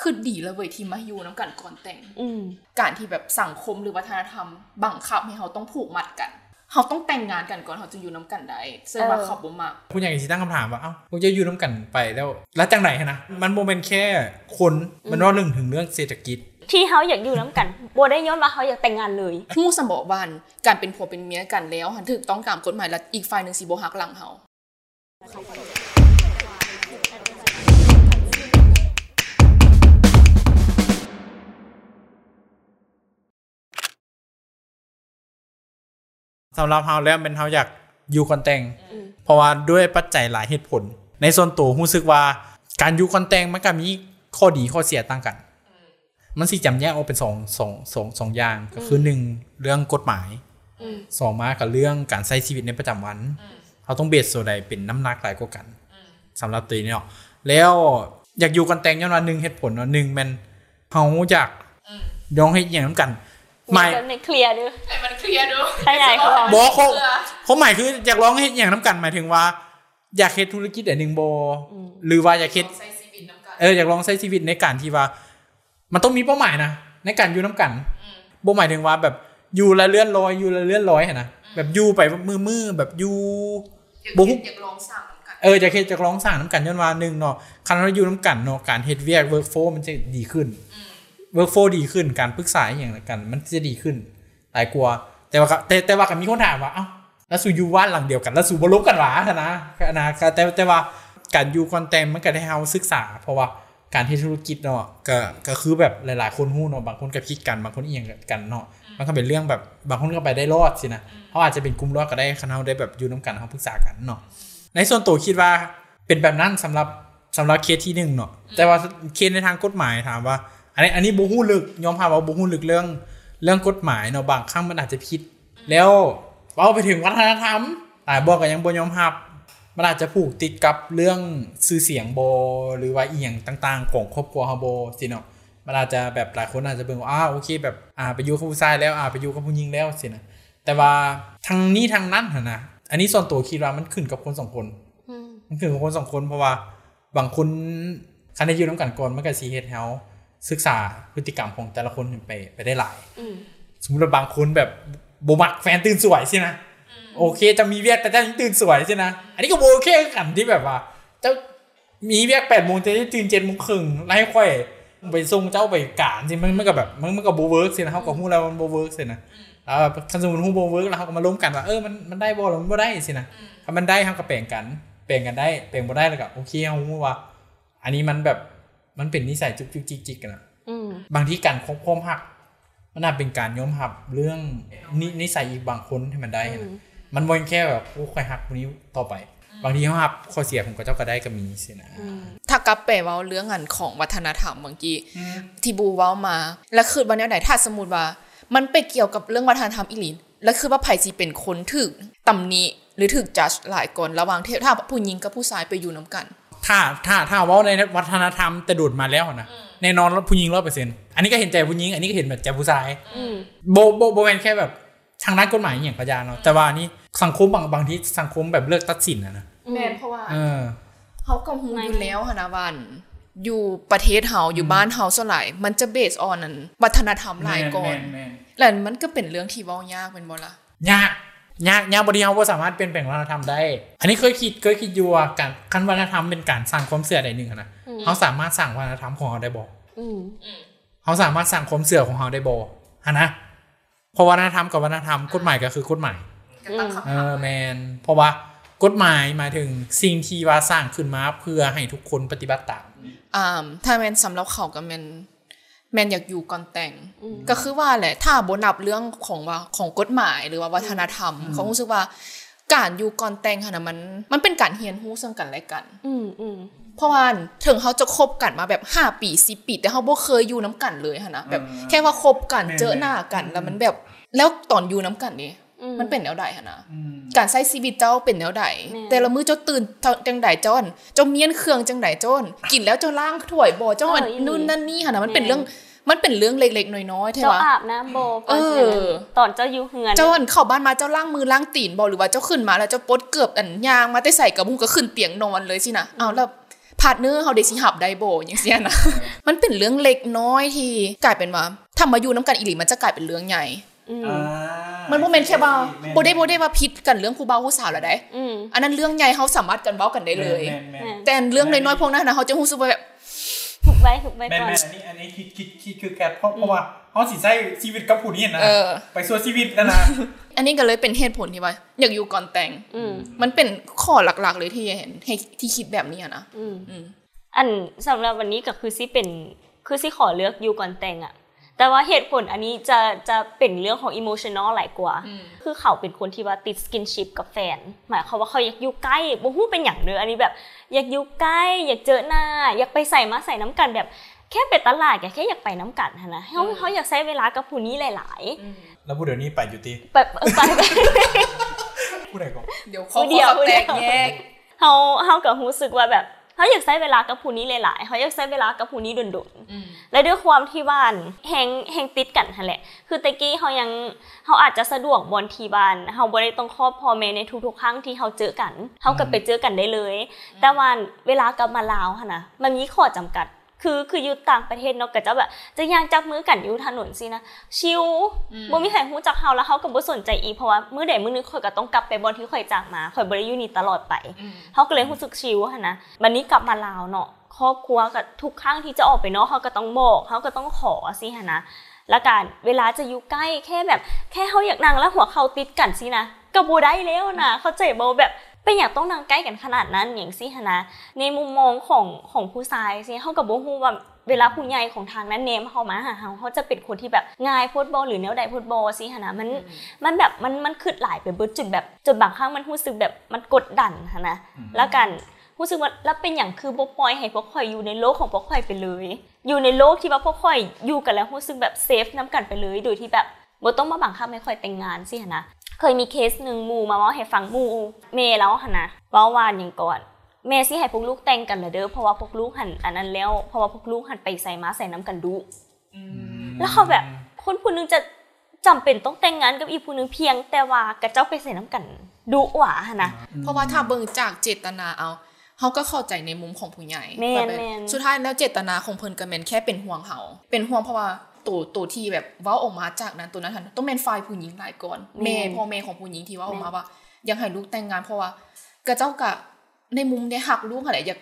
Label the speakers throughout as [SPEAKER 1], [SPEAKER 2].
[SPEAKER 1] คือดีแล้วเว้ยที่มาอยู่น้ำกันก่อนแต่ง
[SPEAKER 2] อืม
[SPEAKER 1] การที่แบบสังคมหรือวัฒนธรรม บังคับให้เขาต้องผูกมัดกันเขาต้องแต่งงานกันก่อนเขาจึงอยู่น้ำกันได้ซึ่งว่า
[SPEAKER 2] เออ
[SPEAKER 1] เขาบ่มาก
[SPEAKER 3] คุณอย่างที่ตั้งคำถามว่าเอ้าพวกจะอยู่ร่วมกันไปแล้ว แล้วจังไหนฮะนะ มันโมเมนต์แค่คนมันว่าเรื่องถึงเรื่องเศรษฐกิจ
[SPEAKER 2] ที่เขาอยากอยู่น้ำกันบ่ได้ย้อนว่าเขาอยากแต่งงานเลย
[SPEAKER 1] ผู้สมบอกวาอันการเป็นผัวเป็นเมียกันแล้วหันถึกต้องตามกฎหมายและอีกฝ่ายหนึ่งสีโบหักหลังเขา
[SPEAKER 3] สำหรับเฮาแล้วเป็นเฮาอยากอยู่คอนแต่ง เพราะว่าด้วยปัจจัยหลายเหตุผล ในส่วนตัวรู้สึกว่าการอยู่คอนแต่งมันก็มีข้อดีข้อเสียต่างกัน มันสิจำแยกออกเป็นสองสองสองสองอย่างก็คือหนึ่งเรื่องกฎหมายสองมากับเรื่องการใช้ชีวิตในประจำวันเขาต้องเบียดส่วนใดเป็นน้ำหนักหลายกว่ากันสำหรับตัวนี้เนาะแล้วอยากอยู่คอนแต่งย้อนว่าหนึ่งเหตุผลเนาะหนึ่งแมันเขาอยากย้องให้อหย่างน้ำกันหมาย
[SPEAKER 2] แบบในเคลียร์เด้วย
[SPEAKER 1] ให้มันเคลียร์ดู
[SPEAKER 2] ขยายความ
[SPEAKER 3] บอกเขาเขาหมายคืออยากร้องให้อย่างน้ำกันหมายถึงว่า อยากเฮ็ดธุรกิจอันหนึ่งโบ หรือว่าอยากเฮ็ด
[SPEAKER 1] ใช้ชีวิตน้ำกัน
[SPEAKER 3] เอออยากลองใช้ชีวิตในการที่ว่า มันต้องมีเป้าหมายนะในการอยู่น้ำกันโบหมายถึงว่าแบบอยู่ละเลื่อนลอยอยู่ละเลื่อนลอยหั่นนะแบบอยู่ไปมือมือๆแบบอยู่ บุ๊ก
[SPEAKER 1] อยากลองสั่งน้ำกัน
[SPEAKER 3] เอออยากเฮ็ดอยากร้องสร้างน้ำกันย้อนว่าหนึ่งเนาะคันเราอยู่น้ำกันเนาะการเฮ็ดเวียกเวิร์กโฟมันจะดีขึ้น เวิร์กโฟดีขึ้นการปรึกษาอหย่างละกัน มันจะดีขึ้น หลายกลัวาแต่ว่าก็แต่แต่ว่าก็มีคนถามว่าเอ้าแล้วสูอยู่ว่านหลังเดียวกันแล้วสูบลบกันหวาคะนะคะนะก็แต่แต่ว่าการอยู่คอนเทนต์มันก็ได้ให้เราศึกษา เพราะว่าการที่ธุรกิจเนาะก็ก็คือแบบหลาย ๆ คนหู้เนาะบางคนก็คิดกันบางคนเอียงกันเนาะมันก็เป็นเรื่องแบบบางคนก็ไปได้รอดสินะเขาอาจจะเป็นกลุ่มรอดก็ได้คณะได้แบบอยู่น้ำกันเขาปรึกษากันเนาะในส่วนตัวคิดว่าเป็นแบบนั้นสำหรับสำหรับเคสที่หนึ่งเนาะแต่ว่าเคสในทางกฎหมายถามว่า อันนี้อันนี้บูฮู้ลึกยอมพาว่าบูฮู้ลึกเรื่อง เรื่องกฎหมายเนาะบางครั้งมันอาจจะผิด แล้วเอาไปถึงวัฒนธรรมหลายบอกก็ยังบนยอมรับมันอาจจะผูกติดกับเรื่องซื่อเสียงโบหรือว่าอีหยังต่างๆ ของครอบครัวเฮาโบสิเนาะมันอาจจะแบบหลายคนอาจจะเบิ่งว่าอ้าวโอเคแบบอ่าไปอยู่กับผู้ชายแล้วอ่าไปอยู่กับผู้หญิงแล้วสินะแต่ว่าทางนี้ทางนั้นหั่นนะอันนี้ส่วนตัวคิดว่ามันขึ้นกับคนสองคน มันคือของคนสองคนเพราะว่าบางคนคันได้อยู่น้ำกันก่อนมันก็สีเฮดเฮาศึกษาพฤติกรรมของแต่ละคนไปไปได้หลาย
[SPEAKER 2] อืม
[SPEAKER 3] สมมติว่าบางคนแบบบมักแฟนตื่นสวยสินะโอเค จะมีเวียกแต่เจ้ายังตื่นสวยสินะอันนี้ก็โอเคกันที่แบบว่า เจ้ามีเวียกแปดโมงจะได้ตื่นเจ็ดโมงครึ่งไล่ค่อยไปส่งเจ้าไปการสิมันมันก็แบบมันมันก็โบเวิร์กสินะเขาก็หู้แล้วมันโบเวิร์กสินะแล้วแบบคันสมมติหู้โบเวิร์กแล้วเขาก็มาล้มกันว่าเออมันมันได้บอลหรือมันบ่ได้สินะถ้ามันได้เขาก็แปลงกันแปลงกันได้แปลงบ่ได้แล้วก็โอเคเขาหู้ว่า อันนี้มันแบบมันเป็นนิสัยจุกจิกจิกจิกกันอะ
[SPEAKER 2] อืม
[SPEAKER 3] บางที่การควบคุมหัก มันอาจเป็นการยอมหับเรื่องนินิสัยอีกบางคนให้มันได้นะ
[SPEAKER 2] อืม
[SPEAKER 3] มันบ่แม่นแค่แบบโอ้คอยหักคนนี้ต่อไป บางทีเขาหักข้อเสียของกับเจ้าก็ได้ก็มีสินะ
[SPEAKER 1] ถ้ากลับไปเว้าเรื่องอันของวัฒนธรรมเมื่อกี้ที่บูเว้ามา แล้วคือวันแนวไหนถ้าสมมติว่า มันไปเกี่ยวกับเรื่องวัฒนธรรมอีหลีนแล้วคือว่าไผ่จีเป็นคนถึกตำหนิหรือถึกจัดหลายก่อนระหว่างเทถ้าผู้หญิงกับผู้ชายไปอยู่น้ำกัน
[SPEAKER 3] ถ้าถ้าถ้าเว่าในวัฒนธรรมแต่ดูดมาแล้วนะแน่นอนผู้หญิงร้อยเปอร์เซ็นต์อันนี้ก็เห็นใจผู้หญิงอันนี้ก็เห็นแบบใจผู้ชาย
[SPEAKER 2] อืม
[SPEAKER 3] โบโบโบแมนแค่แบบทางด้านกฎหมายอย่างกระยาเนาะแต่ว่านี่สังคมบางบางที่สังคมแบบเลือกตัดสินอะนะ
[SPEAKER 1] แม่นเพราะว่า
[SPEAKER 3] เออ
[SPEAKER 1] เขาก็ฮู้
[SPEAKER 2] ไม่
[SPEAKER 1] อยู่แล้วหนนะวัน อยู่ประเทศเฮาอยู่บ้านเฮาส่วนหลายมันจะเบสออนนั้นวัฒนธรรมหลายก่อนแล้วมันก็เป็นเรื่องที่เว้ายากเป็นบ่ล่ะ
[SPEAKER 3] ยากยากยากบริหารว่าสามารถเปลี่ยนแปลงวัฒนธรรมได้ อันนี้เคยคิดเคยคิดอยู่ว่าการคันวัฒนธรรมเป็นการสร้างความเสื่อใดหนึ่งอะนะ
[SPEAKER 2] อืม
[SPEAKER 3] เขาสามารถสร้างวัฒนธรรมของเขาได้บอ
[SPEAKER 2] อืม
[SPEAKER 3] เขาสามารถสร้างความเสื่อของเขาได้บฮะนะเพราะวัฒนธรรมกับวัฒนธรรมกฎหมายก็คือกฎหมาย
[SPEAKER 2] ก็ตั้งคำถาม
[SPEAKER 3] เออแมนเพราะว่ากฎหมายหมายถึงสิ่งที่ว่าสร้างขึ้นมาเพื่อให้ทุกคนปฏิบัติตาม
[SPEAKER 1] อ่าถ้าแม่นสำหรับเขาก็แม่นแม่นอยากอยู่ก่อนแต่ง
[SPEAKER 2] อืม
[SPEAKER 1] ก็คือว่าแหละถ้าบ่นับเรื่องของว่าของกฎหมายหรือว่าวัฒนธรรมเขารู้สึกว่า การอยู่ก่อนแต่งค่ะนะมันมันเป็นการเรียนรู้ซึ่งกันและกัน
[SPEAKER 2] อืมอืม
[SPEAKER 1] เพราะว่าถึงเขาจะคบกันมาแบบ 5 ปี10ปี แต่เขาบ่เคยอยู่น้ำกันเลยหั่นนะแบบแค่ว่าคบกันเจอหน้ากันแล้วมันแบบแล้วตอนอยู่น้ำกันนี่
[SPEAKER 2] อืม
[SPEAKER 1] มันเป็นแนวใดหั่นนะการใช้ชีวิตเจ้าเป็นแนวใด
[SPEAKER 2] แม่น
[SPEAKER 1] แต่ละมื้อเจ้าตื่นเจ้าจังใดเจ้าอั่นเจ้าเมียนเครื่องจังใดเจ้าอั่นกินแล้วเจ้าล้างถ้วยบ่เจ้าอันนู่นนั่นนี่หั่นนะมันเป็นเรื่องมันเป็นเรื่องเล็กๆน้อยๆใช่
[SPEAKER 2] เจ้า
[SPEAKER 1] ปะ
[SPEAKER 2] อาบน้ำโบก่อน
[SPEAKER 1] เออ
[SPEAKER 2] จะนั้นตอนเจ้าอยู่เฮือน
[SPEAKER 1] เจ้าอันเข้าบ้านมาเจ้าล้างมือล้างตีนบ่หรือว่าเจ้าขึ้นมาแล้วเจ้าปลดเกือบอันยางมาแต่ใส่กระบุงก็ขึ้นเตียงนอนเลยสินะเอาแล้ว พาร์ทเนอร์เฮาได้สิหับได้บ่อย่างเสีย นะ มันเป็นเรื่องเล็กน้อยที่กลายเป็นว่าถ้ามาอยู่น้ำกันอีหลีมันจะกลายเป็นเรื่องใหญ่
[SPEAKER 2] อืม
[SPEAKER 3] อ่า
[SPEAKER 1] มันบ่แม่นแค่เบา
[SPEAKER 3] ม่น
[SPEAKER 1] บ่ได้บ่ได้ว่าผิดกันเรื่องผู้เบาผู้สาวแล้วได้
[SPEAKER 2] อืม
[SPEAKER 1] อันนั้นเรื่องใหญ่เฮาสามารถกันเว้ากันได้เลย
[SPEAKER 3] แม่นแม่น
[SPEAKER 2] อืม
[SPEAKER 1] แต่เรื่องน้อยๆพวกนั้นนะเฮาจะรู้สึกว่าแบบ
[SPEAKER 2] ถูกไว้ถูกไว้
[SPEAKER 3] แม่น
[SPEAKER 2] ก่อน
[SPEAKER 3] แม่นอันนี้อันนี้คิดคิดคิดคือแกเพราะเพราะว่าเขาสิใช้ชีวิตกับผู้นี้นะ
[SPEAKER 1] เออ
[SPEAKER 3] ไปสู้ชีวิตแล้วนะ
[SPEAKER 1] อันนี้ก็เลยเป็นเหตุผลที่ว่า อยากอยู่ก่อนแต่ง
[SPEAKER 2] อืม
[SPEAKER 1] มันเป็นข้อหลักๆเลยที่เห็นให้ที่คิดแบบนี้อะนะ
[SPEAKER 2] อืม
[SPEAKER 1] อืม
[SPEAKER 2] อันสำหรับวันนี้ก็คือซี่เป็นคือซี่ขอเลือกยูก่อนแต่งอะแต่ว่าเหตุผลอันนี้จะจะเป็นเรื่องของอิโมชันอลหลายกว่า
[SPEAKER 1] อืม
[SPEAKER 2] คือเขาเป็นคนที่ว่าติดสกินชิพกับแฟน หมายความว่าเขาอยากอยู่ใกล้บ่ฮู้เป็นอย่างเด้ออันนี้แบบ อยากอยู่ใกล้ อยากเจอหน้า อยากไปใส่มาใส่น้ำกันแบบ แค่ไปตลาดแค่อยากไปน้ำกันหั้นนะเขาเขาอยากใช้เวลากับผู้นี้หลาย
[SPEAKER 3] แล้วผู้เดี๋ยวนี้ไปอยู่ตี
[SPEAKER 2] ๆแบบ เออไปไป
[SPEAKER 3] ผู้ใดก่อน
[SPEAKER 1] เดี๋ยวข้อ
[SPEAKER 2] เดี๋ยว
[SPEAKER 1] ข้อแตกแยก
[SPEAKER 2] เขาเขากับรู้สึกว่าแบบเขาอยากใช้เวลากับผู้นี้หลายๆเขาอยากใช้เวลากับผู้นี้โดนๆ และด้วยความที่บ้านแหงแหงติดกันหั่นแหละ คือตะกี้เขายังเขาอาจจะสะดวกบนที่บ้านเขาบ่ได้ต้องครอบพ่อแม่ในทุกๆครั้งที่เขาเจอกันเขาก็ไปเจอกันได้เลย แต่ว่าเวลากลับมาลาวหั่นนะมันมีข้อจำกัด คือคืออยู่ต่างประเทศเนาะก็จะแบบจะยังจับมือกันอยู่ถนนสินะชิว
[SPEAKER 1] อืม
[SPEAKER 2] บ่มีใครรู้จักเขาแล้วเขาก็บ่สนใจอีกเพราะว่ามื้อใดมื้อหนึงข่อยก็ต้องกลับไปบอนที่ข่อยจากมาข่อยบ่ได้อยู่นี่ตลอดไป เขาก็เลยรู้สึกชิวอะนะวันนี้กลับมาลาวเนาะ ครอบครัวกับทุกครั้งที่จะออกไปเนาะเขาก็ต้องบอกเขาก็ต้องขอสิฮะนะ และการเวลาจะอยู่ใกล้แค่แบบ แค่เขาอยากนั่งแล้วหัวเขาติดกันสินะกระโบได้แล้วนะเขาใจโบแบบเป็นอย่างต้องนั่งใกล้กันขนาดนั้นอย่างสิฮะนะ ในมุมมองของของผู้ชายสิเขากับโบฮูว่าเวลาผู้ใหญ่ของทางนั้นเนมเขามาหาเขาเขาจะเป็นคนที่แบบง่ายโพดบอลหรือแนวใดโพดบอลสิฮะนะมัน มันแบบมันมันคืดหลายไปเบิดจุดแบบจนบางครั้งมันรู้สึกแบบมันกดดันหั้นนะแล้วกันรู้สึกว่าแล้วเป็นอย่างคือบ่ปล่อยให้พวกข่อยอยู่ในโลกของพวกข่อยไปเลย อยู่ในโลกที่ว่าพวกข่อยอยู่กันแล้วรู้สึกแบบเซฟน้กันไปเลยโดยที่แบบบ่ต้องมาบังคับให้ข่อยแต่งงานสิหั้นนะเคยมีเคสหนึ่งหมู่มาเว่าให้ฟังหมู่เมแล้วหั้นนะเว่าวานอย่างก่อน แม่สิให้พวกลูกแต่งกันเหรอเด้อเพราะว่าพวกลูกหันอันนั้นแล้วเพราะว่าพวกลูกหันไปใส่ม้าใส่น้ำกันดุ แล้วเขาแบบคนผู้หนึงจะจำเป็นต้องแต่งงานกับอีกผู้หนึงเพียงแต่ว่ากับเจ้าไปใส่น้ำกันดุหวาหะนะ
[SPEAKER 1] เพราะว่าถ้าเบิ่งจากเจตนาเอาเขาก็เข้าใจในมุมของผู้ใหญ่
[SPEAKER 2] แม่น
[SPEAKER 1] ว่าบบ
[SPEAKER 2] แม่น
[SPEAKER 1] สุดท้ายแล้วเจตนาของเพิ่นก็แม่นแค่เป็นห่วงเขาเป็นห่วงเพราะว่าตัวตัวที่แบบเว้าออกมาจากนั้นตัวนั้นหันต้องแม่นฝ่ายผู้หญิงหลายก่อนแม่พ่อแม่ของผู้หญิงที่เว้าออกมาว่าอยากให้ลูกแต่งงานเพราะว่ากระเจ้ากะในมุมได้หักลูกอะไรอยาก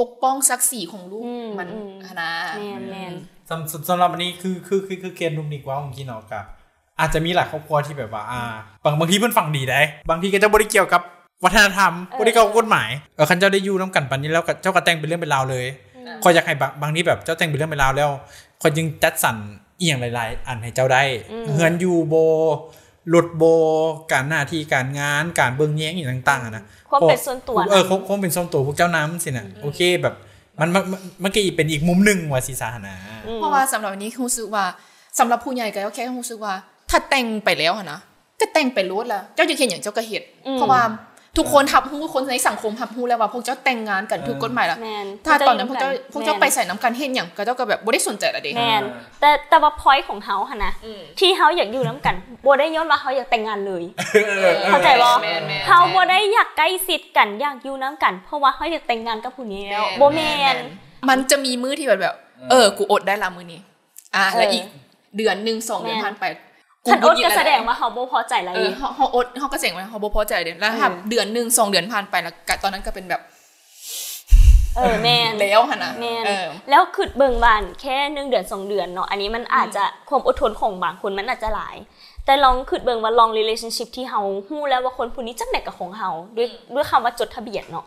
[SPEAKER 1] ปกป้องศักดิ์ศรีของลูก
[SPEAKER 2] อืม
[SPEAKER 1] มัน
[SPEAKER 2] อืม
[SPEAKER 1] หั้นนะ
[SPEAKER 2] แมนแมน
[SPEAKER 3] สำสำสำหรับอันนี้คือคือคือคือเกณฑ์นุ่มดีกว่าผมคิดเนาะกับอาจจะมีหลายครอบครัวที่แบบว่าอ่าบางบางทีเพื่อนฟังดีได้ บางทีก็จะบริเกี่ยวกับวัฒนธรรม
[SPEAKER 2] เออ
[SPEAKER 3] บริเกี่ยวกับกฎหมายเออคันเจ้าได้อยู่น้ำกันปันนี้แล้วก็เจ้าก็แต่งเป็นเรื่องเป็นราวเลยคอยอยากให้บางบางทีแบบเจ้าแต่งเป็นเรื่องเป็นราวแล้วคอยจึงจัดสรรเอียงหลาย ๆ อันให้เจ้าได้เฮือนอยู่โบหลุดโบ การหน้าที่การงานการเบิ่งแย้งอย่างต่างๆอะนะ
[SPEAKER 2] ความเป็นส่วนตัว
[SPEAKER 3] เออ
[SPEAKER 2] นะ
[SPEAKER 3] คงคงเป็นส้มตัวพวกเจ้าน้ำสินะโอเคแบบมันมันมันมันก็อีกเป็นอีกมุมหนึ่งว่าศีสาหนะ
[SPEAKER 2] อืม
[SPEAKER 1] เพราะว่าสำหรับวันนี้รู้สึกว่าสำหรับผู้ใหญ่ก็แค่รู้สึกว่า ถ้าแต่งไปแล้วหั้นนะก็แต่งไปรู้ละเจ้าจะเห็นอย่างเจ้าก็เห็น
[SPEAKER 2] อืม
[SPEAKER 1] เพราะว่าทุกคนทับหู้คนในสังคมทับหู้แล้วว่าพวกเจ้าแต่งงานกันถูกกฎหมายแล้ว
[SPEAKER 2] แมน
[SPEAKER 1] ถ้าตอนนั้นพวกเจ้า
[SPEAKER 2] แมน
[SPEAKER 1] พวกเจ้าไปใส่น้ำกันเห็นอย่างก็เจ้าก็แบบบ่ได้สนใจละเด็ก
[SPEAKER 2] แมนแต่แต่ว่าพอยของเขาหะนะ
[SPEAKER 1] อืม
[SPEAKER 2] ที่เขาอยากอยู่น้ำกันบ่ได้ย้อนว่าเขาอยากแต่งงานเลย เข้าใจบ่
[SPEAKER 1] แมนแมน
[SPEAKER 2] เขาบ่ได้อยากใกล้ชิดกันอยากอยู่น้ำกัน เพราะว่าเขาอยากแต่งงานกับผู้นี้แล้วบ่แมน
[SPEAKER 1] มันจะมีมือที่แบบแบบ เออ กูอดได้ละมือนี้ อ่ะแล้ว
[SPEAKER 2] เออ
[SPEAKER 1] อี
[SPEAKER 2] อี
[SPEAKER 1] กเดือนหนึ่งสองเดือน
[SPEAKER 2] แม่น
[SPEAKER 1] ผ่านไป
[SPEAKER 2] ขัน
[SPEAKER 1] ห
[SPEAKER 2] อดก็
[SPEAKER 1] ดหยิบล้ว
[SPEAKER 2] แสดงว่าเขาบ่พอใจอะไร
[SPEAKER 1] เออเขาเขาอดเขาก็เสียงว่าเขาบ่พอใจเดือนแล้วถ้า
[SPEAKER 2] เออ
[SPEAKER 1] เดือนหนึ่งสองเดือนผ่านไปแล้วก็ตอนนั้นก็เป็นแบบ
[SPEAKER 2] เออแมน
[SPEAKER 1] แล้วหันนะ
[SPEAKER 2] แมน
[SPEAKER 1] เออ
[SPEAKER 2] แล้วคือเบิ่งบานแค่หนึ่งเดือนสองเดือนเนาะอันนี้มันอาจจะความอดทนของบางคนมันอาจจะหลาย แต่ลองคือเบิ่งว่าลอง relationship ที่เฮาฮู้แล้วว่าคนผู้นี้จักแดกกับของเฮาด้วยด้วยคำว่าจดทะเบียนเนาะ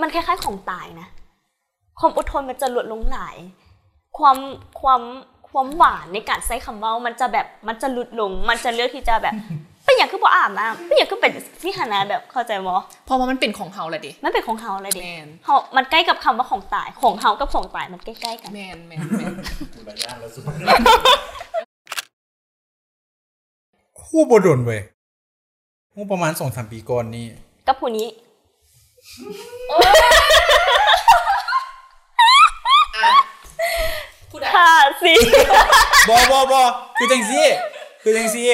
[SPEAKER 2] มันคล้ายๆของตายนะ ความอดทนมันจะลดลงหลาย ความความความหวานในการใช้คำเว่ามันจะแบบมันจะหลุดลง มันจะเลือกที่จะ แบบ เป็นอย่างคือบ่อาบน้ำเป็นอย่างคือเป็นสิหานาแบบเข้าใจบ่
[SPEAKER 1] เพราะว่ามันเป็นของเขาแหละดิ
[SPEAKER 2] มันเป็นของเฮาอะไรดิ
[SPEAKER 1] แมน
[SPEAKER 2] เฮามันใกล้กับคำว่าของตายของเฮากับของตายมันใกล้ๆกัน
[SPEAKER 1] แมนแมนแมน
[SPEAKER 3] คู่บดนเว้ยคู่ประมาณสองสามปีก่อนนี่
[SPEAKER 2] กับผู้นี้ ค่ะสิ
[SPEAKER 3] บอบอบอคือจังซี่คือจังซี่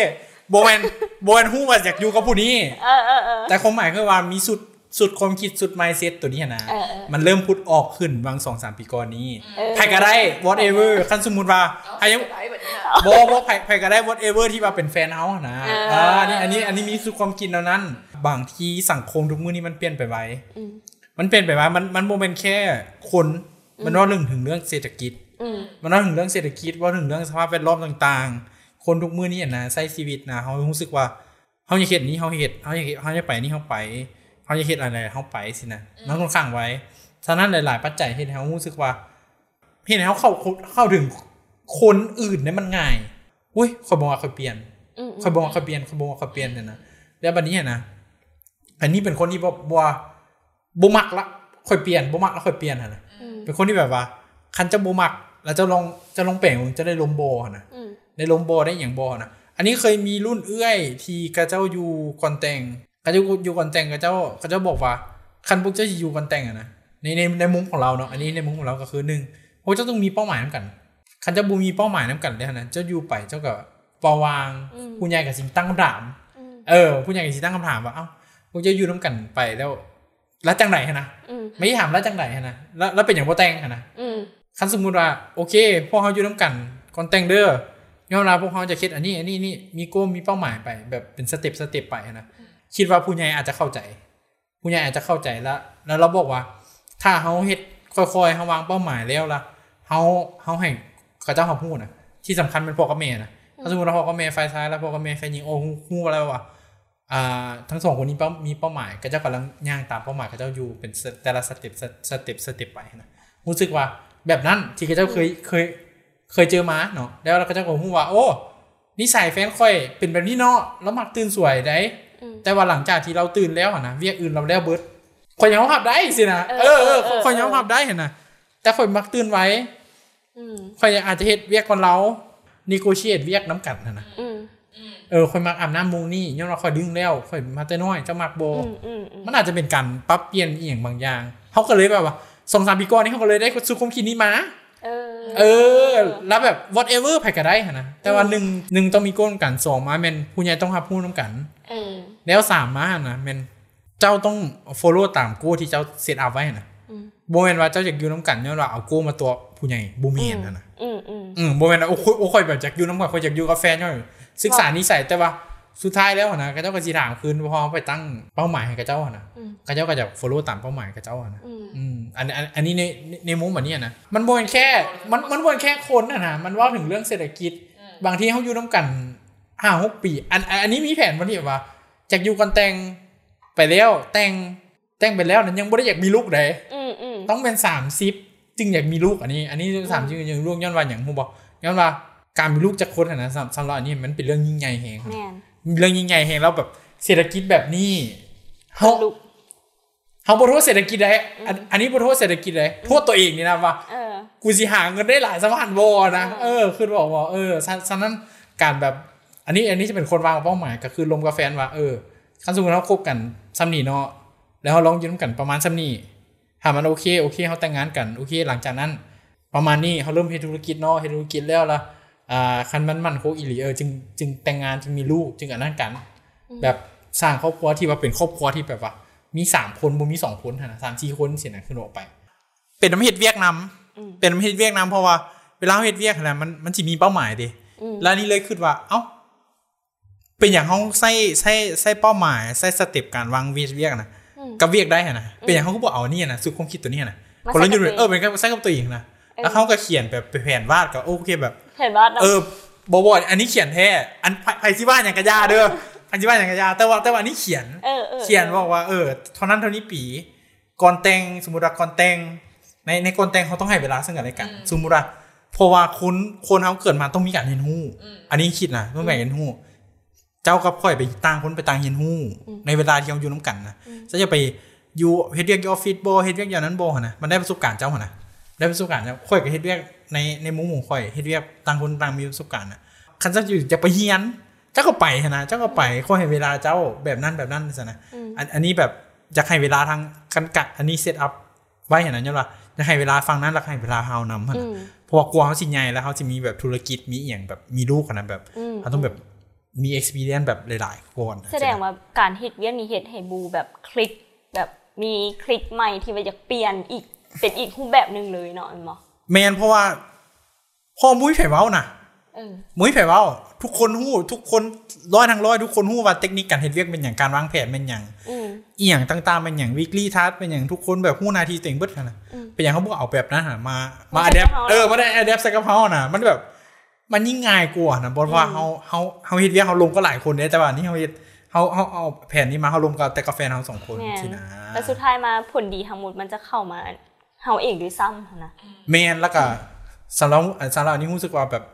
[SPEAKER 3] โบแมนโบแมนฮู้ว่าอยากอยู่กับผู้นี้
[SPEAKER 2] เออเออเออ
[SPEAKER 3] แต่ความหมายคือว่ามีสุด สุดความคิดสุดไมเซ็ตตัวนี้นะ
[SPEAKER 2] เออเออ
[SPEAKER 3] มันเริ่มพูดออกขึ้นบางสองสามปีก่อนนี้
[SPEAKER 2] เออ
[SPEAKER 3] ใครก็ได้ whatever ขั้นสมมุติว่าใครยัง
[SPEAKER 1] ไอ้แบบนี้นะ
[SPEAKER 3] บอว่าไผ่ไผ่ก็ได้ whatever ที่มาเป็นแฟนเฮาส์นะ
[SPEAKER 2] เอออ่
[SPEAKER 3] อ่านี่อันนี้อันนี้มีสุดความกินแล้วนั้น บางทีสังคมทุกมื้อนี้มันเปลี่ยนไปไว
[SPEAKER 2] อืม
[SPEAKER 3] มันเปลี่ยนไปไวมันมันโมเมนแค่คนมันว่าเรื่องถึงเรื่องเศรษฐกิจ
[SPEAKER 2] อืม
[SPEAKER 3] มันว่าถึงเรื่องเศรษฐกิจว่าถึงเรื่องสภาพแวดล้อมต่างๆ คนทุกมื้อนี้อะนะใช้ชีวิตนะเขารู้สึกว่าเขาอยากเห็นนี้เขาเห็นเขาอยากเฮ็ดเขาอยากไปนี่เขาไปเขาอยากเห็นอะไรเขาไปสินะมันค่อนข้างไว้ฉะนั้นหลายๆ ปัจจัยเห็นเขารู้สึกว่า เห็นเขาเข้าเข้าถึงคนอื่นเนี่ยมันง่ายอุ้ยคอยบอกว่าคอยเปลี่ยน
[SPEAKER 2] อืม
[SPEAKER 3] คอยบอกว่าคอยเปลี่ยนคอยบอกว่าคอยเปลี่ยนเนี่ยนะแล้วบัดนี้อะนะอันนี้เป็นคนที่บอกว่าบ่มักละคอยเปลี่ยนบ่มักละคอยเปลี่ยนอะนะ
[SPEAKER 2] อืม
[SPEAKER 3] เป็นคนที่แบบว่า คันจะบูมัก แล้วจะลองจะลองเปล่งจะได้ลมโบอะนะ
[SPEAKER 2] อืม
[SPEAKER 3] ได้ลมโบได้อย่างโบอะนะอันนี้เคยมีรุ่นเอื้อย ทีกระเจ้าอยู่ก่อนแต่งกระเจ้าอยู่ก่อนแต่งกระเจ้ากระเจ้าบอกว่า คันพวกเจ้าสิอยู่ก่อนแต่งอะนะในในในมุมของเราเนาะอันนี้ในมุมของเราก็คือหนึ่งพวกเจ้าต้องมีเป้าหมายน้ำกัน คันเจะบูมีเป้าหมายน้ำกันแล้วนะเจ้าอยู่ไปเจ้ากับปาวางผู้ใหญ่กับสิงตั้งคำถาม
[SPEAKER 2] อืม
[SPEAKER 3] เออผู้ใหญ่กับสิงตั้งคำถามว่าเอ้าพวกเจ้าอยู่น้ำกันไปแล้วแล้วจังไหนฮะนะ
[SPEAKER 2] อืม
[SPEAKER 3] ไม่ได้ถามแล้วจังไหนฮะนะแล้วแล้วเป็นอย่างโบแต่งฮะนะ
[SPEAKER 2] อืม
[SPEAKER 3] คันสมมุติว่าโอเค พวกเขาอยู่น้ำกันก่อนแต่งเด้อยอมรับพวกเขาจะคิดอันนี้อันนี้นี่มีโก้มีเป้าหมายไปแบบเป็นสเต็ปสเต็ปไปนะคิดว่าผู้ใหญ่อาจจะเข้าใจ ผู้ใหญ่อาจจะเข้าใจแล้ว แล้วเราบอกว่า ถ้าเขาเฮ็ดค่อยๆเขาวางเป้าหมายแล้วละเขาเขาแห่งกระเจ้าเขาพูดนะที่สำคัญเป็นพ่อกับแม่นะถ้าสมมติว่าพ่อกับแม่ฝ่ายซ้ายแล้วพ่อกับแม่ฝ่ายหญิงโอ้คู่อะไรวะอ่าทั้งสองคนนี้เป้ามีเป้าหมายกระเจ้ากำลังย่างตามเป้าหมายกระเจ้าอยู่เป็นสเต็ปแต่ละสเต็ปสเต็ปสเต็ปไปนะ รู้สึกว่าแบบนั้นที่กระเจ้าเคยเคยเคยเจอมาเนาะแล้วเราก็จะบอกว่า โอ้นิสัยแฟนค่อยเป็นแบบนี้เนาะแล้วมักตื่นสวยได้
[SPEAKER 2] อืม
[SPEAKER 3] แต่ว่าหลังจากที่เราตื่นแล้วอะนะเวียกอื่นเราแล้วเบิร์ดคอยยอมรับได้สินะ
[SPEAKER 2] เอ
[SPEAKER 3] เอ
[SPEAKER 2] อ
[SPEAKER 3] อ
[SPEAKER 2] เอ
[SPEAKER 3] เอ
[SPEAKER 2] อ
[SPEAKER 3] อ
[SPEAKER 2] เออ
[SPEAKER 3] คอยยอมรับได้เห็นนะแต่คอยมักตื่นไว้
[SPEAKER 2] อืม
[SPEAKER 3] คอยอาจจะเฮ็ดเวียกคนเรานิโกเชียตเวียกน้ำกัดนะนะ
[SPEAKER 2] อืม
[SPEAKER 3] เออคอยมักอาบน้ำมูนี่ย้อนเราคอยดึงแล้วคอยมาแต่น้อยเจ้ามักโบ
[SPEAKER 2] อืมอืมอืม
[SPEAKER 3] มันอาจจะเป็นการปรับเปลี่ยนอีกอย่างบางอย่างเขาก็เลยแบบว่าสองสามปีก่อนนี่เขาก็เลยได้สุขุมคิดนี้มา
[SPEAKER 2] เออ
[SPEAKER 3] เออ แล้วแบบ whatever ไผก็ได้หั้นนะ แต่ว่า
[SPEAKER 2] อืม
[SPEAKER 3] หนึ่งหนึ่งต้องมีก้นกันสองมาแมนผู้ใหญ่ต้องรับผู้น้ำกัน
[SPEAKER 2] เออ
[SPEAKER 3] แล้วสามมาหั้นนะแมนเจ้าต้อง follow ตามกู้ที่เจ้าเซตเอาไว้หั้นนะ
[SPEAKER 2] อืม
[SPEAKER 3] โบแมนว่าเจ้าอยากอยู่น้ำกันเนี่ยเราเอากู้มาตัวผู้ใหญ่บูเมียนหั้นนะ
[SPEAKER 2] อืมอืม
[SPEAKER 3] อืมโบแมนว่าโอ้โหโอ้โหแบบอยากอยู่น้ำกันคอยอยากอยู่กับแฟนเนี่ยศึกษานิสัยแต่ว่าสุดท้ายแล้วหั้นนะกระเจ้าก็จีถามคืนพอไปตั้งเป้าหมายให้กระเจ้าหั้นนะ
[SPEAKER 2] อืม
[SPEAKER 3] กระเจ้าก็จะ follow ตามเป้าหมายกระเจ้าหั้นนะ
[SPEAKER 2] อืม
[SPEAKER 3] อืมอันอันอันนี้ในในในมุมแบบนี้นะมันบวนแค่มันมันบวนแค่คนนะนะมันว่าถึงเรื่องเศรษฐกิจ
[SPEAKER 1] อืม
[SPEAKER 3] บางทีเขาอยู่น้ำกันห้าหกปี อันอันอันนี้มีแผนวันที่แบบว่าจากอยู่กันแต่งไปแล้วแต่งแต่งไปแล้วนั้นยังไม่ได้อยากมีลูกเลย
[SPEAKER 2] อืมอืม
[SPEAKER 3] ต้องเป็นสามสิบจึงอยากมีลูกอันนี้ อันนี้สามสิบจึงอยากมีลูกย้อนวันอย่างผมบอกย้อนว่าการมีลูกจากคนนะนะสำสำหรับอันนี้มันเป็นเรื่องยิ่งใหญ่แหง
[SPEAKER 2] แมน
[SPEAKER 3] เรื่องยิ่งใหญ่แหงแล้วแบบเศรษฐกิจแบบนี้เขา
[SPEAKER 2] ลุก
[SPEAKER 3] เขาบทโทษเศรษฐกิจเลยอันอันนี้บทโทษเศรษฐกิจเลยโทษตัวเองนี่นะว่า
[SPEAKER 2] เออ
[SPEAKER 3] กูสิหาเงินได้หลายสมานวอนะ เออ คือบอกว่าเออฉะฉะนั้นการแบบ อันนี้อันนี้จะเป็นคนวางเป้าหมายก็คือลมกับแฟนว่า เออขั้นสมมติเราคบกันซัมนี่เนาะ แล้วเราลองอยืนำกันประมาณซัมนี่ถ้ามันโอเคโอเคเขาแต่งงานกันโอเค หลังจากนั้น ประมาณนี้เขาเริ่มเฮ็ดธุรกิจเนาะเฮ็ดธุรกิจแล้วละอ่าคันมันมันโคงอีหลีเออจึงจึงแต่งงานจึงมีลูกจึงอันนั้นกัน แบบสร้างครอบครัวที่ว่าเป็นครอบครัวที่แบบว่า มีสามคนบ่มีสองคนหั้นนะสามสี่คนเสียนะคือออกไป เป็นน้ำเฮ็ดเวียกน
[SPEAKER 2] อืม
[SPEAKER 3] ำเป็นน้ำเฮ็ดเวียกนำเพราะว่าเวลาเฮ็ดเวียกอะไรมันมันสิมีเป้าหมายเดิ
[SPEAKER 2] อืม
[SPEAKER 3] แล้วนี่เลยคิดว่า เอ้า เป็นอย่างเขาใส่ใส่ใส่เป้าหมายใส่สเต็ปการวางเวียกเวียกนะ
[SPEAKER 2] อืม
[SPEAKER 3] กับเวียกได้หั้นนะเป็นอย่างเขาก็บอกเอาเนี่ยนะสุดความคิดตัวเนี้นะ
[SPEAKER 2] มา
[SPEAKER 3] ผลลัพธ์อยู่
[SPEAKER 2] ใส่กับตัวเอง
[SPEAKER 3] เออเป็นการใส่กับตัวเองนะแล้วเขาก็เขียนแบบเป็นแผนวาดกับโอเคแบบ
[SPEAKER 2] เห็นว่าเรา
[SPEAKER 3] เออบอบออันนี้เขียนแท้ อันไพไพซิว่าอย่างกระยาเด้อ ไพซิว่าอย่างกระยา แต่ว่าแต่ว่าอันนี้เขียน
[SPEAKER 2] เออออ
[SPEAKER 3] เขียนบอกว่าเออเท่านั้นเท่านี้ปีก่อนแต่งสมมติว่าก่อนแต่งในในก่อนแต่งเขาต้องให้เวลาซึ่งกันและกัน สมมติว่าเพราะว่าคนคนเขาเกิดมาต้องมีการเรียนรู้อันนี้คิดนะต้องแบ่งเรียนรู้เจ้าก็ค่อยไปต่างคนไปต่างเรียนรู้ในเวลาที่เขาอยู่น้ำกันนะจะจะไปอยู่เฮ็ดเรียกออฟฟิศโบเฮ็ดเรียกอย่างนั้นโบนะมันได้ประสบการณ์เจ้าหนนะได้ประสบการณ์เจ้าค่อยกับเฮ็ดเรียกในในมุมของค่อยเฮ็ดเรียกต่างคนต่างมีประสบการณ์นะคันเจ้าอยู่จะไปเฮียน เจ้าก็ไปหั้นนะเจ้าก็ไปค่อยให้เวลาเจ้าแบบนั้นแบบนั้นสินะ อันอันนี้แบบจะให้เวลาทางกันกัดอันนี้เซตอัพไว้เห็นนะเนี่ยว่าจะให้เวลาฟังนั้นแล้วให้เวลาเฮานำหั่น
[SPEAKER 2] อื
[SPEAKER 3] น่ะ
[SPEAKER 2] ม
[SPEAKER 3] เพราะว่ากลัวเขาสิใหญ่แล้วเขาจะมีแบบธุรกิจมีเอียงแบบมีลูกขนาดแบบ
[SPEAKER 2] อืม
[SPEAKER 3] เขาต้องแบบมี experience แบบหลายๆคนน่ะ
[SPEAKER 2] แสดงว่าการเฮ็ดเวียนนี่เฮ็ดให้บูแบบคลิก แบบมีคลิกใหม่ที่ว่าอยากเปลี่ยนอีกเป็นอีกรูปแบบหนึ่งเลยเนาะมั้ย
[SPEAKER 3] แมนเพราะว่าพ่อมุ้ยไผ่เว้าน่ะ
[SPEAKER 2] เออ
[SPEAKER 3] มุ้ยไผ่เว้า ทุกคนฮู้ทุกคนร้อยทางร้อยทุกคนฮู้ว่าเทคนิคการเฮ็ดเวียกเป็นอย่างการวางแผนเป็นอย่าง
[SPEAKER 2] อืม
[SPEAKER 3] อีหยังต่างๆเป็นอย่าง weekly task เป็นอย่างทุกคนแบบฮู้นาทีตัวเองเบิดหั่นน่ะ
[SPEAKER 2] อืม
[SPEAKER 3] เป็นอย่างเขาบ่เอาแบบนั้นหั่นมามา
[SPEAKER 2] มา
[SPEAKER 3] อะแดป
[SPEAKER 2] ใส่กะเพรา
[SPEAKER 3] เออมาได้อะแดปใส่กะเพราน่ะ มันแบบ มันยิ่งง่ายกว่านะเพราะว่าเฮาเฮาเฮาเฮ็ดเวียกเฮาลงก็หลายคนเด้แต่ว่านี่เฮาเฮ็ดเฮาเฮาเอาแผนนี้มาเฮาลงกับแต่กาแฟนเฮาสองคน
[SPEAKER 2] แมน
[SPEAKER 3] สินะ
[SPEAKER 2] แต่สุดท้ายมาผลดีทั้งหมดมันจะเข้ามาเฮาเองด้วยซ้ำหั้นนะ
[SPEAKER 3] แมนแล้วก็สำหรับสำหรับอันนี้รู้สึกว่าแบบ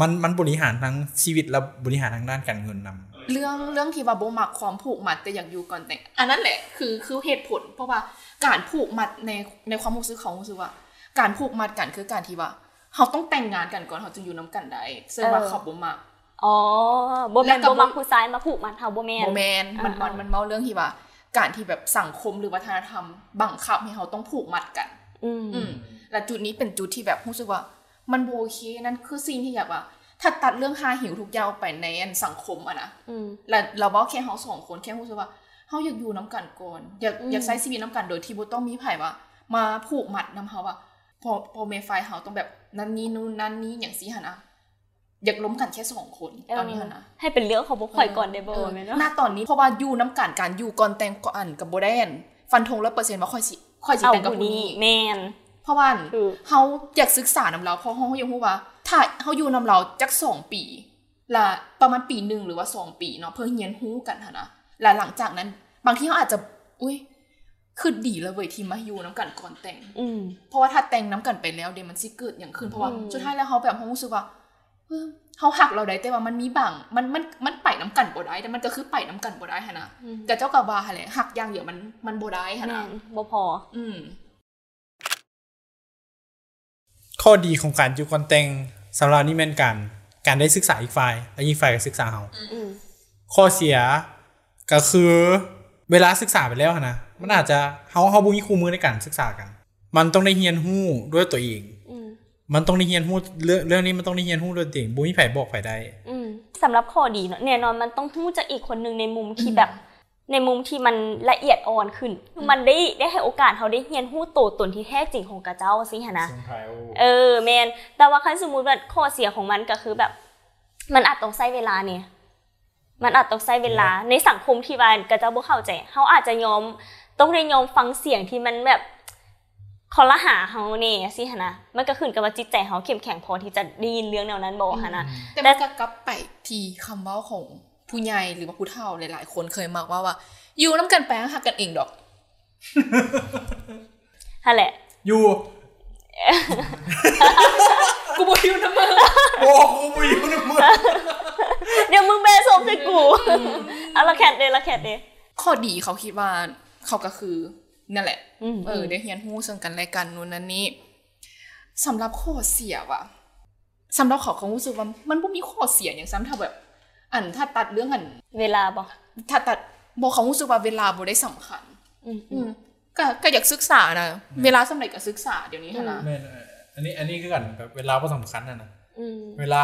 [SPEAKER 3] มันมันบริหารทั้งชีวิตและบริหารทั้งด้านการเงินนำ
[SPEAKER 1] เรื่องเรื่องที่ว่าโบมักความผูกมัดแต่อยากอยู่ก่อนแต่งอันนั้นแหละคือคือเหตุผล เพราะว่าการผูกมัดในในความรู้สึกของรู้สึกว่า การผูกมัดกันคือการที่ว่าเขาต้องแต่งงานกันก่อนเขาจึงอยู่น้ำกันได้ซึ่งว่าเขาโบมัก
[SPEAKER 2] อ๋อบ่แม่น
[SPEAKER 1] แล้วก็บ่
[SPEAKER 2] บ่มักผู้ชายมาผูกมันเฮาบ่แม่น
[SPEAKER 1] โมแมนมันมัน
[SPEAKER 2] อ่าๆ
[SPEAKER 1] มันเมาเรื่องที่ว่า การที่แบบสังคมหรือวัฒนธรรมบังคับให้เขาต้องผูกมัดกัน
[SPEAKER 2] อืม
[SPEAKER 1] อืมและจุดนี้เป็นจุดที่แบบรู้สึกว่า มันบ่โอเคนั่นคือซีนที่อยากว่า ถ้าตัดเรื่องหาหิวทุกอย่างออกไปในอันสังคมอะนะ
[SPEAKER 2] อืม
[SPEAKER 1] แล้วเราบอกแค่เขาสองคนแค่พูดว่าเขาอยากอยู่น้ำกันก่อนอยาก
[SPEAKER 2] อืม
[SPEAKER 1] อยากใช้ชีวิตน้ำกันโดยที่บ่ต้องมีไผ่ว่า มาผูกมัดน้ำเขาว่าพอพอเมไฟเขาต้องแบบนั้นนี้นู่นนั้นนี้อย่างสีหันนะอยากล้มกันแค่สองคนตอนนี้หันนะ
[SPEAKER 2] เให้เป็นเรื่องของบ่ข่อยก่อนได้บ่แม่น
[SPEAKER 1] ห
[SPEAKER 2] เนาะ
[SPEAKER 1] น้าตอนนี้เพราะว่าอยู่น้ำกันการอยู่ก่อนแต่งก่อนกับโบแดนฟันธงร้อยเปอร์เซ็นต์ว่าค่อยสิค่อยสิ
[SPEAKER 2] เอา
[SPEAKER 1] แต่งกับผู้
[SPEAKER 2] ผู้นี้
[SPEAKER 1] นี้
[SPEAKER 2] แม่น
[SPEAKER 1] เพราะว่าอัน
[SPEAKER 2] ถูก
[SPEAKER 1] เขาอยากศึกษานำเราเพราะเขาอยากรู้ว่า ถ้าเขาอยู่นำเราจักสองปี ละประมาณปีหนึ่งหรือว่าสองปีเนาะเพื่อเรียนรู้กันหั้นนะและหลังจากนั้น บางทีเขาอาจจะ อุ้ยคือดีแล้วเว้ยที่มาอยู่น้ำกันก่อนแต่ง
[SPEAKER 2] อืม
[SPEAKER 1] เพราะว่าถ้าแต่งน้ำกันไปแล้วเดี๋ยวมันสิเกิดอย่างขึ้นเพราะว่า
[SPEAKER 2] อืม
[SPEAKER 1] สุดท้ายแล้วเขาแบบเขารู้สึกว่าเออเขาหักเราได้แต่ว่ามันมีบางมันมันมันไปน้ำกันบ่ได้แต่มันก็คือไปน้ำกันบ่ได้ฮะนะแต่เจ้ากับวาฮะแหละหักอย่างเดียวมันมันบ่ได้ฮะ
[SPEAKER 2] แม่
[SPEAKER 1] นะ
[SPEAKER 2] นบ่พอ
[SPEAKER 1] อืม
[SPEAKER 3] ข้อดีของการอยู่คอนเทงสำหรับนี่แม่นการการได้ศึกษาอีกฝ่ายและอีกฝ่ายก็ศึกษาเรา
[SPEAKER 2] อืม
[SPEAKER 3] ข้อเสียก็คือเวลาศึกษาไปแล้วนะมันอาจจะเฮาเฮาบ่มีคู่มือในการศึกษากัน มันต้องได้เรียนรู้ด้วยตัวเอง
[SPEAKER 2] อืม
[SPEAKER 3] มันต้องได้เรียนรู้เรื่องเรื่องนี้มันต้องได้เรียนรู้ด้วยตัวเองบ่มีไผบอกไผได้
[SPEAKER 2] อืมสำหรับข้อดีเนอะแน่นอนมันต้องรู้จากอีกคนหนึ่งในมุมที่แบบ ในมุมที่มันละเอียดอ่อนขึ้นคือมันได้ได้ให้โอกาสเขาได้เรียนรู้ตัวตนที่แท้จริงของกระเจ้าสิฮะนะ เออแมนแต่ว่าคันสมมุติว่าข้อเสียของมันก็คือแบบ มันอาจต้องใช้เวลาเนี่ย มันอาจต้องใช้เวลา ในสังคมที่บ้านกระเจ้าบ่เข้าใจเขาอาจจะยอมต้องได้ยอมฟังเสียงที่มันแบบคอละหาเขาเนี่ยสิฮะนะมันก็ขึ้นกับว่าจิตใจเขาเข้มแข็งพอที่จะได้ยินเรื่องแนวนั้นบ่ฮะนะ
[SPEAKER 1] แต่มันก็กลับไปที่คำเว่าของผู้ใหญ่หรือว่าผู้เฒ่าหลายๆ คนเคยมักว่าว่า อยู่น้ำกันแปลงหักกันเองดอก
[SPEAKER 2] นั่นแหละ
[SPEAKER 3] อยู่
[SPEAKER 1] กูบอกอยู่น้ำมึง
[SPEAKER 3] โอ้กูบ่อยู่ในเมือง
[SPEAKER 2] เดี๋ยวมึงแบนส่งใส่ กูเอาละแคทเดละแคทเด
[SPEAKER 1] ข้อดีเขาคิดว่าเขาก็คือนั่นแหละ
[SPEAKER 2] ม
[SPEAKER 1] เออได้เฮียนฮู้ซึ่งกันและกันนู่นนั่นนี่สำหรับข้อเสียว่ะสำหรับเขาเขารู้สึกว่ามันบ่มีข้อเสียอย่างซ้ำถ้าแบบ อันถ้าตัดเรื่องอัน
[SPEAKER 2] เวลาบอก
[SPEAKER 1] ถ้าตัดบอกเขารู้สึกว่าเวลาบ่ได้สำคัญ อืมก็ก็อยากศึกษานะเวลาสมัยก็ศึกษาเดี๋ยวนี้หั้นนะ
[SPEAKER 3] แม่นอันนี้อันนี้คือกันแบบเวลาก็สำคัญนะนะ
[SPEAKER 2] อืม
[SPEAKER 3] เวลา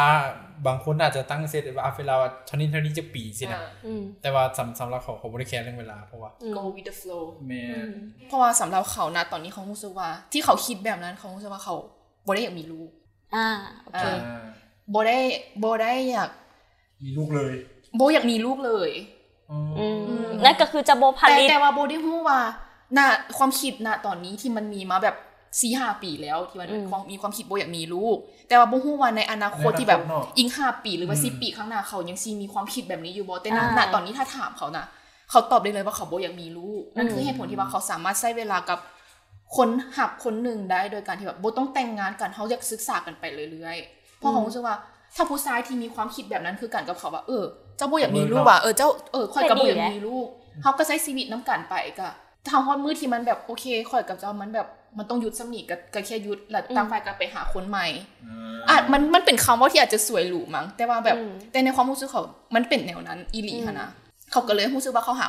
[SPEAKER 3] บางคนอาจจะตั้งเซตว่าเวลาเท่านี้เท่านี้จะปีสินะ
[SPEAKER 1] อ่า
[SPEAKER 2] อืม
[SPEAKER 3] แต่ว่าสำสำหรับเขาเขาบริแคร์เรื่องเวลาเพราะว่า
[SPEAKER 1] go with the flow
[SPEAKER 3] แม่น
[SPEAKER 1] เพราะว่าสำหรับเขานะตอนนี้เขารู้สึกว่า ที่เขาคิดแบบนั้นเขารู้สึกว่าเขาบ่ได้อยากมีลูก
[SPEAKER 2] อ่าโอเค
[SPEAKER 3] อ่า
[SPEAKER 1] บ่ได้บ่ได้อยาก
[SPEAKER 3] มีลูกเลย
[SPEAKER 1] บ่อยากมีลูกเลย
[SPEAKER 3] อ๋ออ
[SPEAKER 2] อืม
[SPEAKER 1] ม
[SPEAKER 2] นั่นก็คือจะโบผ
[SPEAKER 1] แต่
[SPEAKER 2] ลิต
[SPEAKER 1] แต่ว่าโบได้รู้ว่าน่ะความคิดน่ะตอนนี้ที่มันมีมาแบบสี่ห้าปีแล้วที่มันความมีความคิดโบอยากมีลูก แต่ว่าโบรู้ว่าในอนาคตที่แบบอีกห้าปีหรือว่าสิปีข้างหน้าเขายังซีมีความคิดแบบนี้อยู่โบแต่ณณตอนนี้ถ้าถามเขานะเขาตอบได้เลยว่าเขาโบอยากมีลูกนั่นคือเหตุผลที่ว่าเขาสามารถใช้เวลากับคนหักคนหนึ่งได้โดยการที่แบบโบต้องแต่งงานกันเขาอยากศึกษากันไปเรื่อยๆเพราะเขารู้สึกว่า ถ้าผู้ชายที่มีความคิดแบบนั้นคือกันกับเขาว่าเออเจ้าโบอยากมีลูกว่ะเออเจ้าเออ ข่อยกับบุ๋ยมีลูกเขาก็ใช้ชีวิตน้ำกันไปก็ทางฮอดมือที่มันแบบโอเคข่อยกับเจ้ามันแบบมันต้องหยุดสำนีกับกับแค่หยุดแล้วต่างฝ่ายก็ไปหาคนใหม่อ่ะมันมันเป็นคำว่าที่อาจจะสวยหรูมั้งแต่ว่าแบบแต่ในความรู้สึกเขามันเป็นแนวนั้นอีหลีค่ะนะเขาก็เลยรู้สึกว่าเขาหา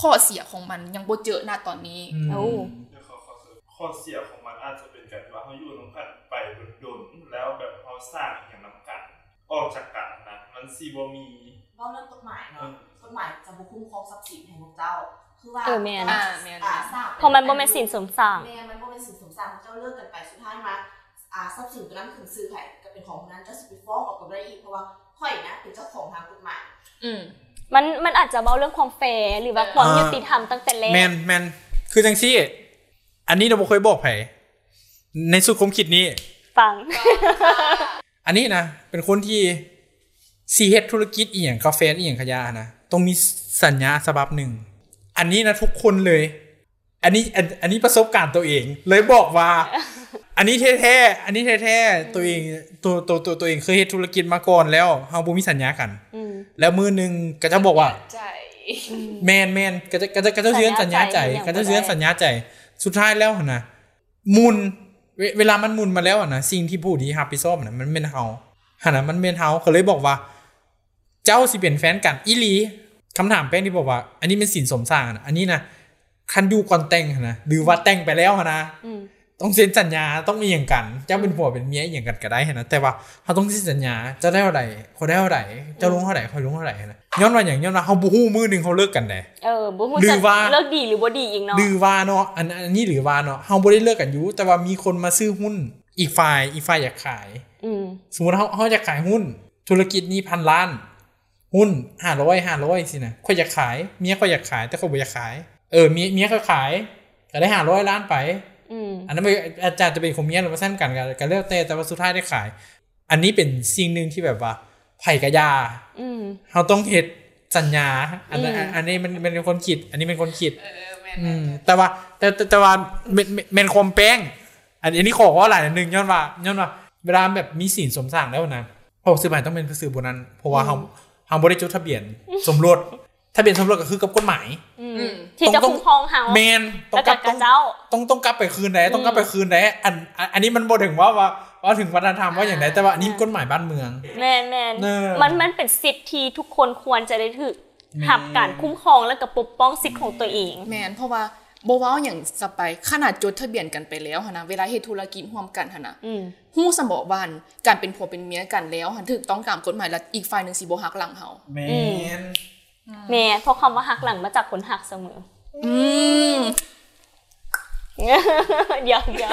[SPEAKER 1] ข้อเสียของมันยังบ่เจอหน้าตอนนี้
[SPEAKER 3] ม
[SPEAKER 2] โอ้
[SPEAKER 4] เดี๋ยวขอขอเสริมข้อเสียของมันอาจจะเป็นการที่ว่าเขาอยู่น้ำกันไปโดนๆแล้วแบบเขาสร้างอย่างน้ำกัน ออกจากกันนะมันซีบมี
[SPEAKER 5] เล่าเรื่องกฎหมาย
[SPEAKER 4] อื
[SPEAKER 5] เนาะ
[SPEAKER 4] ม
[SPEAKER 5] กฎหมายจะบุคุ้มครองทรัพย์สินแห่งพวกเจ้า คือว่า
[SPEAKER 2] เออแม่น
[SPEAKER 5] อ่า
[SPEAKER 1] แม่น
[SPEAKER 5] อ่าทราบ
[SPEAKER 2] เพราะมันบ่แม่นสินสมสร้าง
[SPEAKER 5] แม่นมันบ่เป็นสินสมสร้างเจ้าเลิกกันไปสุดท้ายมาอ่าทรัพย์สินตัวนั้นถึงซื้อไผก็เป็นของคนนั้นเจ้าสิไปฟ้องเออกกับได้อีกเพราะว่าข่อยนะเป็นเจ้าของทางกฎหมาย
[SPEAKER 1] อืม
[SPEAKER 2] มันมันอาจจะเบาเรื่องความแฟร์หรือว่าความ
[SPEAKER 3] เออ
[SPEAKER 2] ยุติธรรมตั้งแต่แรก
[SPEAKER 3] แมนแมนคือจังซี่ อันนี้เราบ่เคยบอกไผในสุดคมคิดนี้
[SPEAKER 2] ฟัง
[SPEAKER 3] อันนี้นะ เป็นคนที่ซีเฮ็ดธุรกิจอีหยังกาแฟอีหยังขยะนะต้องมีสัญญาฉบับหนึ่ง อันนี้นะทุกคนเลย อันนี้อันอันนี้ประสบการณ์ตัวเอง เลยบอกว่า อันนี้แท้ๆอันนี้แท้ๆตัวเองตัวตัวตัวตัวเองเคยเฮ็ดธุรกิจมาก่อนแล้วเฮาบ่มีสัญญากัน
[SPEAKER 2] อืม
[SPEAKER 3] แล้วมือหนึงก็จะบอกว่า
[SPEAKER 1] ใจ
[SPEAKER 3] แมนแมนก็จะก็จะก็จะเชื่อนสัญญาใจก็จะเชื่อนสัญญาใจ สุดท้ายแล้วหั่นนะมุนเวเวลามันมุนมาแล้วอะนะสิ่งที่ผู้ที่ฮับพิซอมนะมันเป็นเฮาฮะนะมันเป็นเฮาเขาเลยบอกว่า เจ้าสิเป็นแฟนกันอีหลีคำถามแป้งที่บอกว่า อันนี้เป็นสินสมสร้างนะอันนี้นะคันดูก่อนแต่งหั่นนะหรือว่าแต่งไปแล้วหั่นนะ
[SPEAKER 2] อืม
[SPEAKER 3] ต้องเซ็นสัญญาต้องมีอย่างกัน เจ้าเป็นผัวเป็นเมียอหย่างกันก็ได้นะแต่ว่าเขาต้องเซ็นสัญญาเจะได้เท่าไหร่เขาได้เท่าไหร่เจ้าลงเท่าไหร่คอยลงเท่าไหร่นะย้อนว่าอย่างย้อนว่าเขาบูฮู้มือหนึ่งเขาเลิกกันได้
[SPEAKER 2] เออบ่ฮู้
[SPEAKER 3] หรื
[SPEAKER 2] จะ
[SPEAKER 3] อว่า
[SPEAKER 2] เลิกดีหรือบ่ดีอีกเนาะ
[SPEAKER 3] หรือว่าเนาะอันอันนี้หรือว่าเนาะเขาบ่ได้เลิกกันอยู่แต่ว่ามีคนมาซื้อหุ้นอีกฝ่ายอีกฝ่ายอยากขาย
[SPEAKER 2] อืม
[SPEAKER 3] สมมติเขาเขาจะขายหุ้น ธุรกิจนี้พันล้าน หุ้นห้าร้อยห้าร้อยสินะเขาอยากขายเมียเขาอยากขาย แต่เขาบ่อยากขายเออเมียเมียเขาขายก็ได้ห้าร้อยล้านไป
[SPEAKER 2] อืม
[SPEAKER 3] อันนั้นไม่อาจารย์จะเป็นของเมียหรือว่าสั้นกันกันกันเลือกแต่แต่ว่าสุดท้ายได้ขาย อันนี้เป็นสิ่งหนึ่งที่แบบว่าไผ่กระยา
[SPEAKER 2] อืม
[SPEAKER 3] เราต้องเห็ดสัญญา อันนั้น
[SPEAKER 2] อืม
[SPEAKER 3] อันนี้มันมันเป็นคนคิด อันนี้เป็นคนคิด
[SPEAKER 1] เออแม
[SPEAKER 3] อืมแต่ว่าแต่แต่แต่ว่าเมนเมนเมนคมแป้ง อันอันนี้ขอว่าหลายหนึ่งย้อนว่าย้อนว่า เวลาแบบมีสินสมสั่งแล้วนะพอซื้อใหม่ต้องเป็นซื้อบนนั้น เพราะว่าเขาเขาบริจดทะเบียนสมรสทะเบียนสมรสก็คือกับกฎหมาย
[SPEAKER 2] อืม ที่จะคุ้มครองเฮา
[SPEAKER 3] เมนต้อ
[SPEAKER 2] แล้ว
[SPEAKER 3] ง
[SPEAKER 2] กั
[SPEAKER 3] กั
[SPEAKER 2] บบ กับ
[SPEAKER 3] ต้อง
[SPEAKER 2] เจ้า
[SPEAKER 3] ต้องต้องกลับไปคืนไหนต้องกลับไปคืนไหนอันอันอันนี้มันบถึงว่าว่าว่าถึงวัฒนธรรมว่าอย่างไรแต่ว่าอันนี้กฎหมายบ้านเมือง
[SPEAKER 2] แม่นแม่น
[SPEAKER 3] เนอะ
[SPEAKER 2] มันมันเป็นสิทธิที่ทุกคนควรจะได้ถือ
[SPEAKER 3] แม่น
[SPEAKER 2] หับการคุ้มครองและกับปกป้องสิทธิ์ของตัวเอง
[SPEAKER 1] แมนเพราะว่าโบเว้าอย่างสไปขนาดจดทะเบียนกันไปแล้วหนนะเวลาเฮ็ดธุรกิจร่วมกันหนนะ
[SPEAKER 2] อืม
[SPEAKER 1] ฮู้สมบวานการเป็นผัวเป็นเมียกันแล้วหันถูกต้องตามกฎหมายแล้วอีกฝ่ายหนึ่งสิบ่หักหลังเฮา
[SPEAKER 3] แมน
[SPEAKER 2] แม่เพราะคำว่าหักหลังมาจากคนหักเสมอ
[SPEAKER 1] อืม
[SPEAKER 2] เดี๋ยวเดี๋ยว